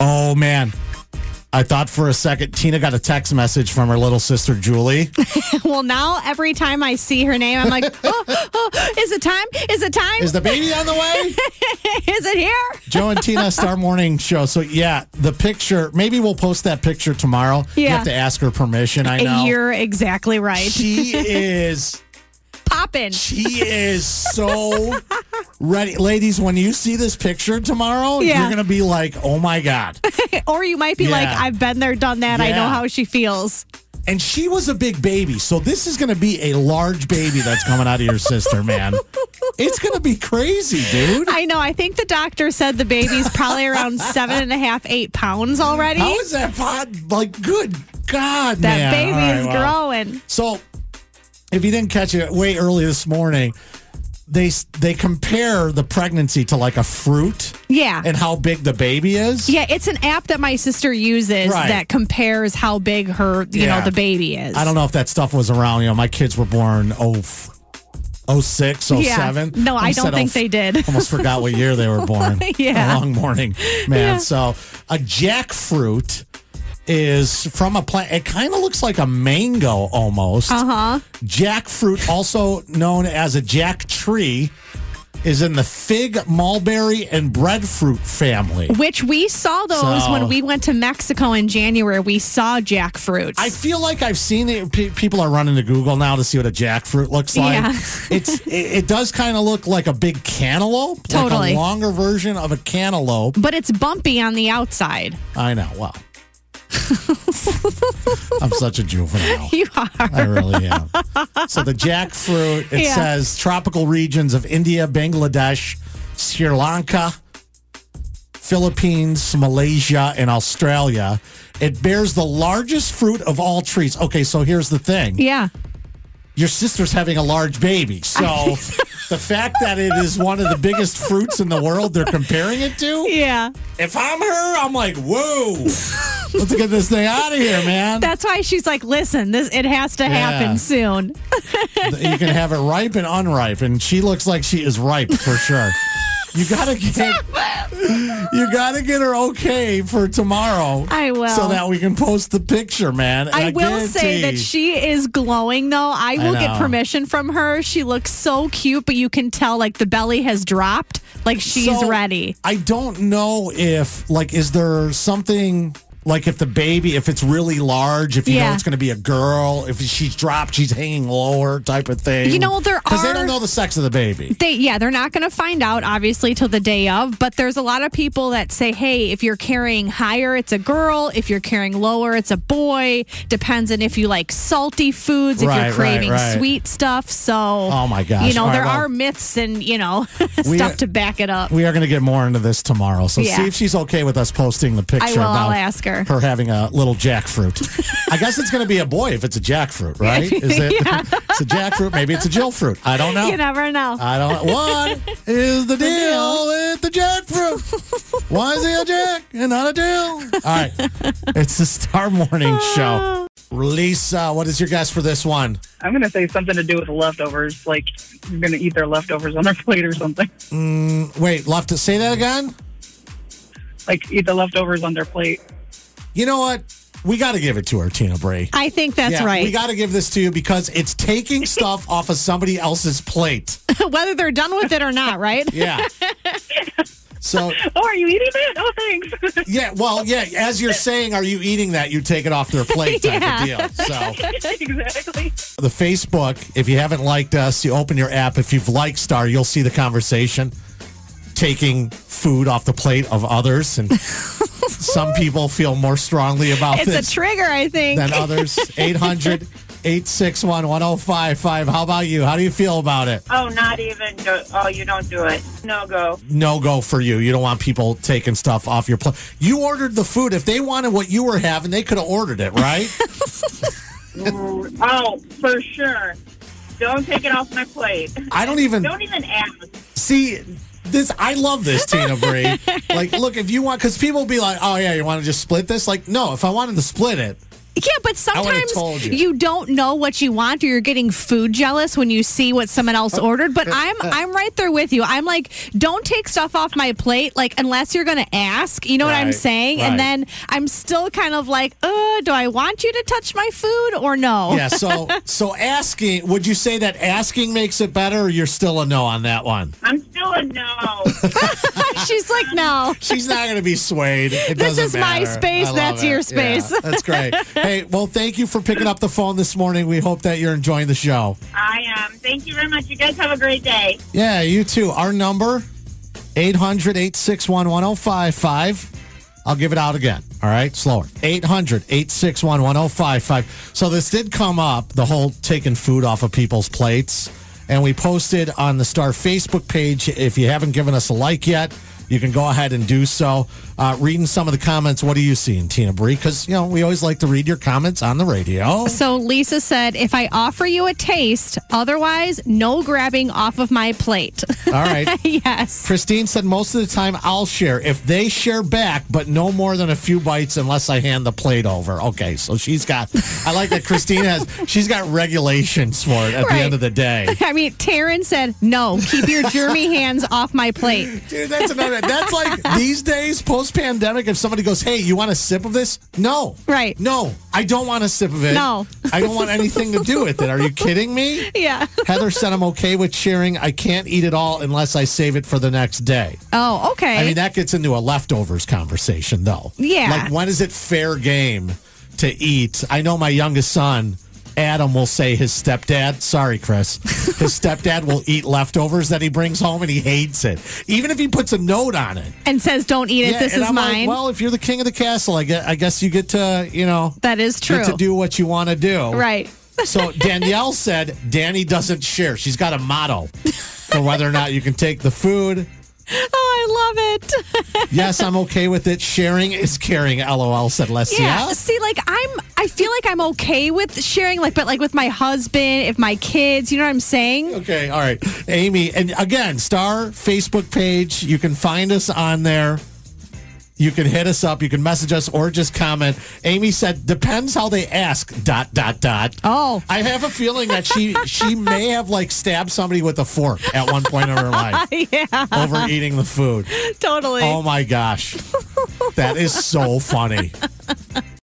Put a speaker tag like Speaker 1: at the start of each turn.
Speaker 1: Oh man. I thought for a second Tina got a text message from her little sister Julie.
Speaker 2: Well, now every time I see her name, I'm like, oh, oh, is it time? Is it time?
Speaker 1: Is the baby on the way?
Speaker 2: Is it here?
Speaker 1: Joe and Tina Star Morning Show. So yeah, the picture. Maybe we'll post that picture tomorrow. You
Speaker 2: Yeah.
Speaker 1: have to ask her permission. I know.
Speaker 2: You're exactly right.
Speaker 1: she is
Speaker 2: Poppin'.
Speaker 1: she is so ready. Ladies, when you see this picture tomorrow,
Speaker 2: Yeah.
Speaker 1: you're gonna be like, oh my God.
Speaker 2: Or you might be
Speaker 1: Yeah.
Speaker 2: like, I've been there, done that. I know
Speaker 1: Yeah.
Speaker 2: how she feels.
Speaker 1: And she was a big baby, so this is gonna be a large baby that's coming out of your sister, man. It's gonna be crazy, dude.
Speaker 2: I know. I think the doctor said the baby's probably around seven and a half, eight pounds already.
Speaker 1: How is that pod like good God, man.
Speaker 2: that baby
Speaker 1: All right,
Speaker 2: is
Speaker 1: well.
Speaker 2: growing.
Speaker 1: So, if you didn't catch it way early this morning, they they compare the pregnancy to like a fruit
Speaker 2: Yeah.
Speaker 1: and how big the baby is.
Speaker 2: yeah, it's an app that my sister uses
Speaker 1: Right.
Speaker 2: that compares how big her, you
Speaker 1: Yeah.
Speaker 2: know, the baby is.
Speaker 1: I don't know if that stuff was around. You know, my kids were born oh. f- 06, 07.
Speaker 2: Yeah. No, I
Speaker 1: Almost
Speaker 2: don't
Speaker 1: said
Speaker 2: think they did.
Speaker 1: Almost forgot what year they were born.
Speaker 2: Yeah.
Speaker 1: A long morning, man.
Speaker 2: Yeah.
Speaker 1: So a jackfruit is from a plant. It kind of looks like a mango almost.
Speaker 2: Uh huh.
Speaker 1: Jackfruit, also known as a jack tree, is in the fig, mulberry, and breadfruit family.
Speaker 2: Which we saw those
Speaker 1: So-
Speaker 2: when we went to Mexico in January. We saw jackfruits.
Speaker 1: I feel like I've seen it. Pe- people are running to Google now to see what a jackfruit looks like.
Speaker 2: Yeah.
Speaker 1: it's it, it does kind of look like a big cantaloupe, like
Speaker 2: Totally.
Speaker 1: a longer version of a cantaloupe.
Speaker 2: but it's bumpy on the outside.
Speaker 1: I know. Wow, I'm such a juvenile.
Speaker 2: You are.
Speaker 1: I really am. So the jackfruit, it
Speaker 2: Yeah.
Speaker 1: says tropical regions of India, Bangladesh, Sri Lanka, Philippines, Malaysia, and Australia. It bears the largest fruit of all trees. Okay, so here's the thing.
Speaker 2: Yeah.
Speaker 1: Your sister's having a large baby. So the fact that it is one of the biggest fruits in the world they're comparing it to,
Speaker 2: Yeah.
Speaker 1: if I'm her, I'm like, whoa, let's get this thing out of here, man.
Speaker 2: That's why she's like, listen, this it has to
Speaker 1: Yeah.
Speaker 2: happen soon.
Speaker 1: you can have it ripe and unripe, and she looks like she is ripe for sure. You gotta get you gotta get her okay for tomorrow.
Speaker 2: I will.
Speaker 1: so that we can post the picture, man. And
Speaker 2: I will say that
Speaker 1: guarantee-
Speaker 2: she is glowing though. I will
Speaker 1: know.
Speaker 2: get permission from her. She looks so cute, but you can tell like the belly has dropped. Like she's
Speaker 1: So,
Speaker 2: ready.
Speaker 1: I don't know if like is there something like if the baby if it's really large if you know
Speaker 2: Yeah.
Speaker 1: it's going to be a girl if she's dropped she's hanging lower type of thing.
Speaker 2: You know, there
Speaker 1: because they
Speaker 2: are-
Speaker 1: don't know the sex of the baby.
Speaker 2: They yeah, they're not going to find out obviously till the day of, but there's a lot of people that say, "Hey, if you're carrying higher, it's a girl. If you're carrying lower, it's a boy. Depends on if you like salty foods, if
Speaker 1: Right,
Speaker 2: you're
Speaker 1: right,
Speaker 2: craving
Speaker 1: right.
Speaker 2: sweet stuff." So
Speaker 1: Oh, my gosh.
Speaker 2: You know,
Speaker 1: All right,
Speaker 2: there
Speaker 1: well-
Speaker 2: are myths and, you know,
Speaker 1: We-
Speaker 2: stuff to back it up.
Speaker 1: We are going to get more into this tomorrow. So
Speaker 2: Yeah.
Speaker 1: see if she's okay with us posting the picture.
Speaker 2: I will.
Speaker 1: About
Speaker 2: I'll ask her.
Speaker 1: Her having a little jackfruit. I guess it's going to be a boy if it's a jackfruit, right? Is it? it's a jackfruit. Maybe it's a Jill fruit. I don't know.
Speaker 2: You never know.
Speaker 1: I don't. What is the deal
Speaker 2: deal.
Speaker 1: with the jackfruit? Why is he a jack and not a Jill? All right. It's the Star Morning Show. Lisa, what is your guess for this one?
Speaker 3: I'm gonna say something to do with leftovers, like you're gonna eat their leftovers on their plate or something.
Speaker 1: Wait, left to say that again?
Speaker 3: Like eat the leftovers on their plate.
Speaker 1: You know what? We got to give it to her, Tina Bray.
Speaker 2: I think that's
Speaker 1: Yeah,
Speaker 2: right.
Speaker 1: We got to give this to you because it's taking stuff off of somebody else's plate.
Speaker 2: Whether they're done with it or not, right?
Speaker 1: Yeah. so,
Speaker 3: Oh, are you eating that? Oh, thanks.
Speaker 1: yeah, well, yeah, as you're saying, are you eating that? You take it off their plate type
Speaker 2: Yeah.
Speaker 1: of deal. So,
Speaker 3: exactly.
Speaker 1: the Facebook, if you haven't liked us, you open your app. If you've liked Star, you'll see the conversation taking food off the plate of others. And some people feel more strongly about
Speaker 2: It's
Speaker 1: this
Speaker 2: a trigger, I think.
Speaker 1: than others. 800 861 1055. How about you? How do you feel about it?
Speaker 4: Oh, not even. Go, oh, you don't do it. No go.
Speaker 1: no go for you. You don't want people taking stuff off your plate. You ordered the food. If they wanted what you were having, they could have ordered it, right?
Speaker 4: Oh, for sure. Don't take it off my plate.
Speaker 1: I don't even
Speaker 4: Don't even ask.
Speaker 1: see this. I love this, Tina Bree. like, look, if you want, because people be like, oh, yeah, you want to just split this? Like, no, if I wanted to split it,
Speaker 2: Yeah, but
Speaker 1: would've
Speaker 2: sometimes
Speaker 1: told you.
Speaker 2: you. don't know what you want, or you're getting food jealous when you see what someone else ordered. But I'm I'm right there with you. I'm like, don't take stuff off my plate, like unless you're gonna ask. You know what I'm
Speaker 1: Right,
Speaker 2: saying?
Speaker 1: right.
Speaker 2: And then I'm still kind of like, uh, do I want you to touch my food or no?
Speaker 1: Yeah, so so asking, would you say that asking makes it better or you're still a no on that one?
Speaker 4: I'm still a no.
Speaker 2: She's like, no.
Speaker 1: She's not going to be swayed. It
Speaker 2: This
Speaker 1: doesn't
Speaker 2: is my
Speaker 1: matter.
Speaker 2: space,
Speaker 1: I love
Speaker 2: that's your
Speaker 1: it. Yeah,
Speaker 2: space.
Speaker 1: that's great. Hey, well, thank you for picking up the phone this morning. We hope that you're enjoying the show.
Speaker 4: I am. Thank you very much. You guys have a great day.
Speaker 1: Yeah, you too. Our number, 800 861 1055. I'll give it out again. All right, slower. 800 861 1055. So this did come up the whole taking food off of people's plates. And we posted on the Star Facebook page. If you haven't given us a like yet, you can go ahead and do so. Uh, reading some of the comments, what are you seeing, Tina Bree? Because, you know, we always like to read your comments on the radio.
Speaker 2: So Lisa said, if I offer you a taste, otherwise, no grabbing off of my plate.
Speaker 1: All right.
Speaker 2: yes.
Speaker 1: Christine said most of the time I'll share if they share back, but no more than a few bites unless I hand the plate over. Okay, so she's got. I like that Christine has. She's got regulations for it at the
Speaker 2: Right.
Speaker 1: end of the day.
Speaker 2: I mean, Taryn said, no, keep your germy hands off my plate.
Speaker 1: Dude, that's another. That's like these days, post pandemic. If somebody goes, "Hey, you want a sip of this?" No,
Speaker 2: Right.
Speaker 1: No, I don't want a sip of it.
Speaker 2: No.
Speaker 1: I don't want anything to do with it. Are you kidding me?
Speaker 2: Yeah.
Speaker 1: Heather said, "I'm okay with sharing. I can't eat it all unless I save it for the next day."
Speaker 2: Oh, okay.
Speaker 1: I mean, that gets into a leftovers conversation, though.
Speaker 2: Yeah.
Speaker 1: Like, when is it fair game to eat? I know my youngest son, Adam, will say his stepdad, sorry, Chris, his stepdad will eat leftovers that he brings home and he hates it. Even if he puts a note on it.
Speaker 2: and says, don't eat it.
Speaker 1: Yeah,
Speaker 2: this
Speaker 1: and
Speaker 2: is
Speaker 1: I'm like,
Speaker 2: mine.
Speaker 1: well, if you're the king of the castle, I guess, I guess you get to, you know,
Speaker 2: that is true.
Speaker 1: get to do what you want to do.
Speaker 2: right.
Speaker 1: So Danielle said Danny doesn't share. She's got a motto for whether or not you can take the food.
Speaker 2: Oh, I love it.
Speaker 1: Yes, I'm okay with it. Sharing is caring. LOL said Leslie.
Speaker 2: Yeah. See, like I'm, I feel like I'm okay with sharing, like, but like with my husband, if my kids, you know what I'm saying?
Speaker 1: Okay. All right, Amy. And again, star Facebook page. You can find us on there. You can hit us up. You can message us or just comment. Amy said, "Depends how they ask." Dot dot dot.
Speaker 2: Oh.
Speaker 1: I have a feeling that she she may have like stabbed somebody with a fork at one point in her life
Speaker 2: yeah.
Speaker 1: over eating the food.
Speaker 2: Totally.
Speaker 1: Oh my gosh, that is so funny.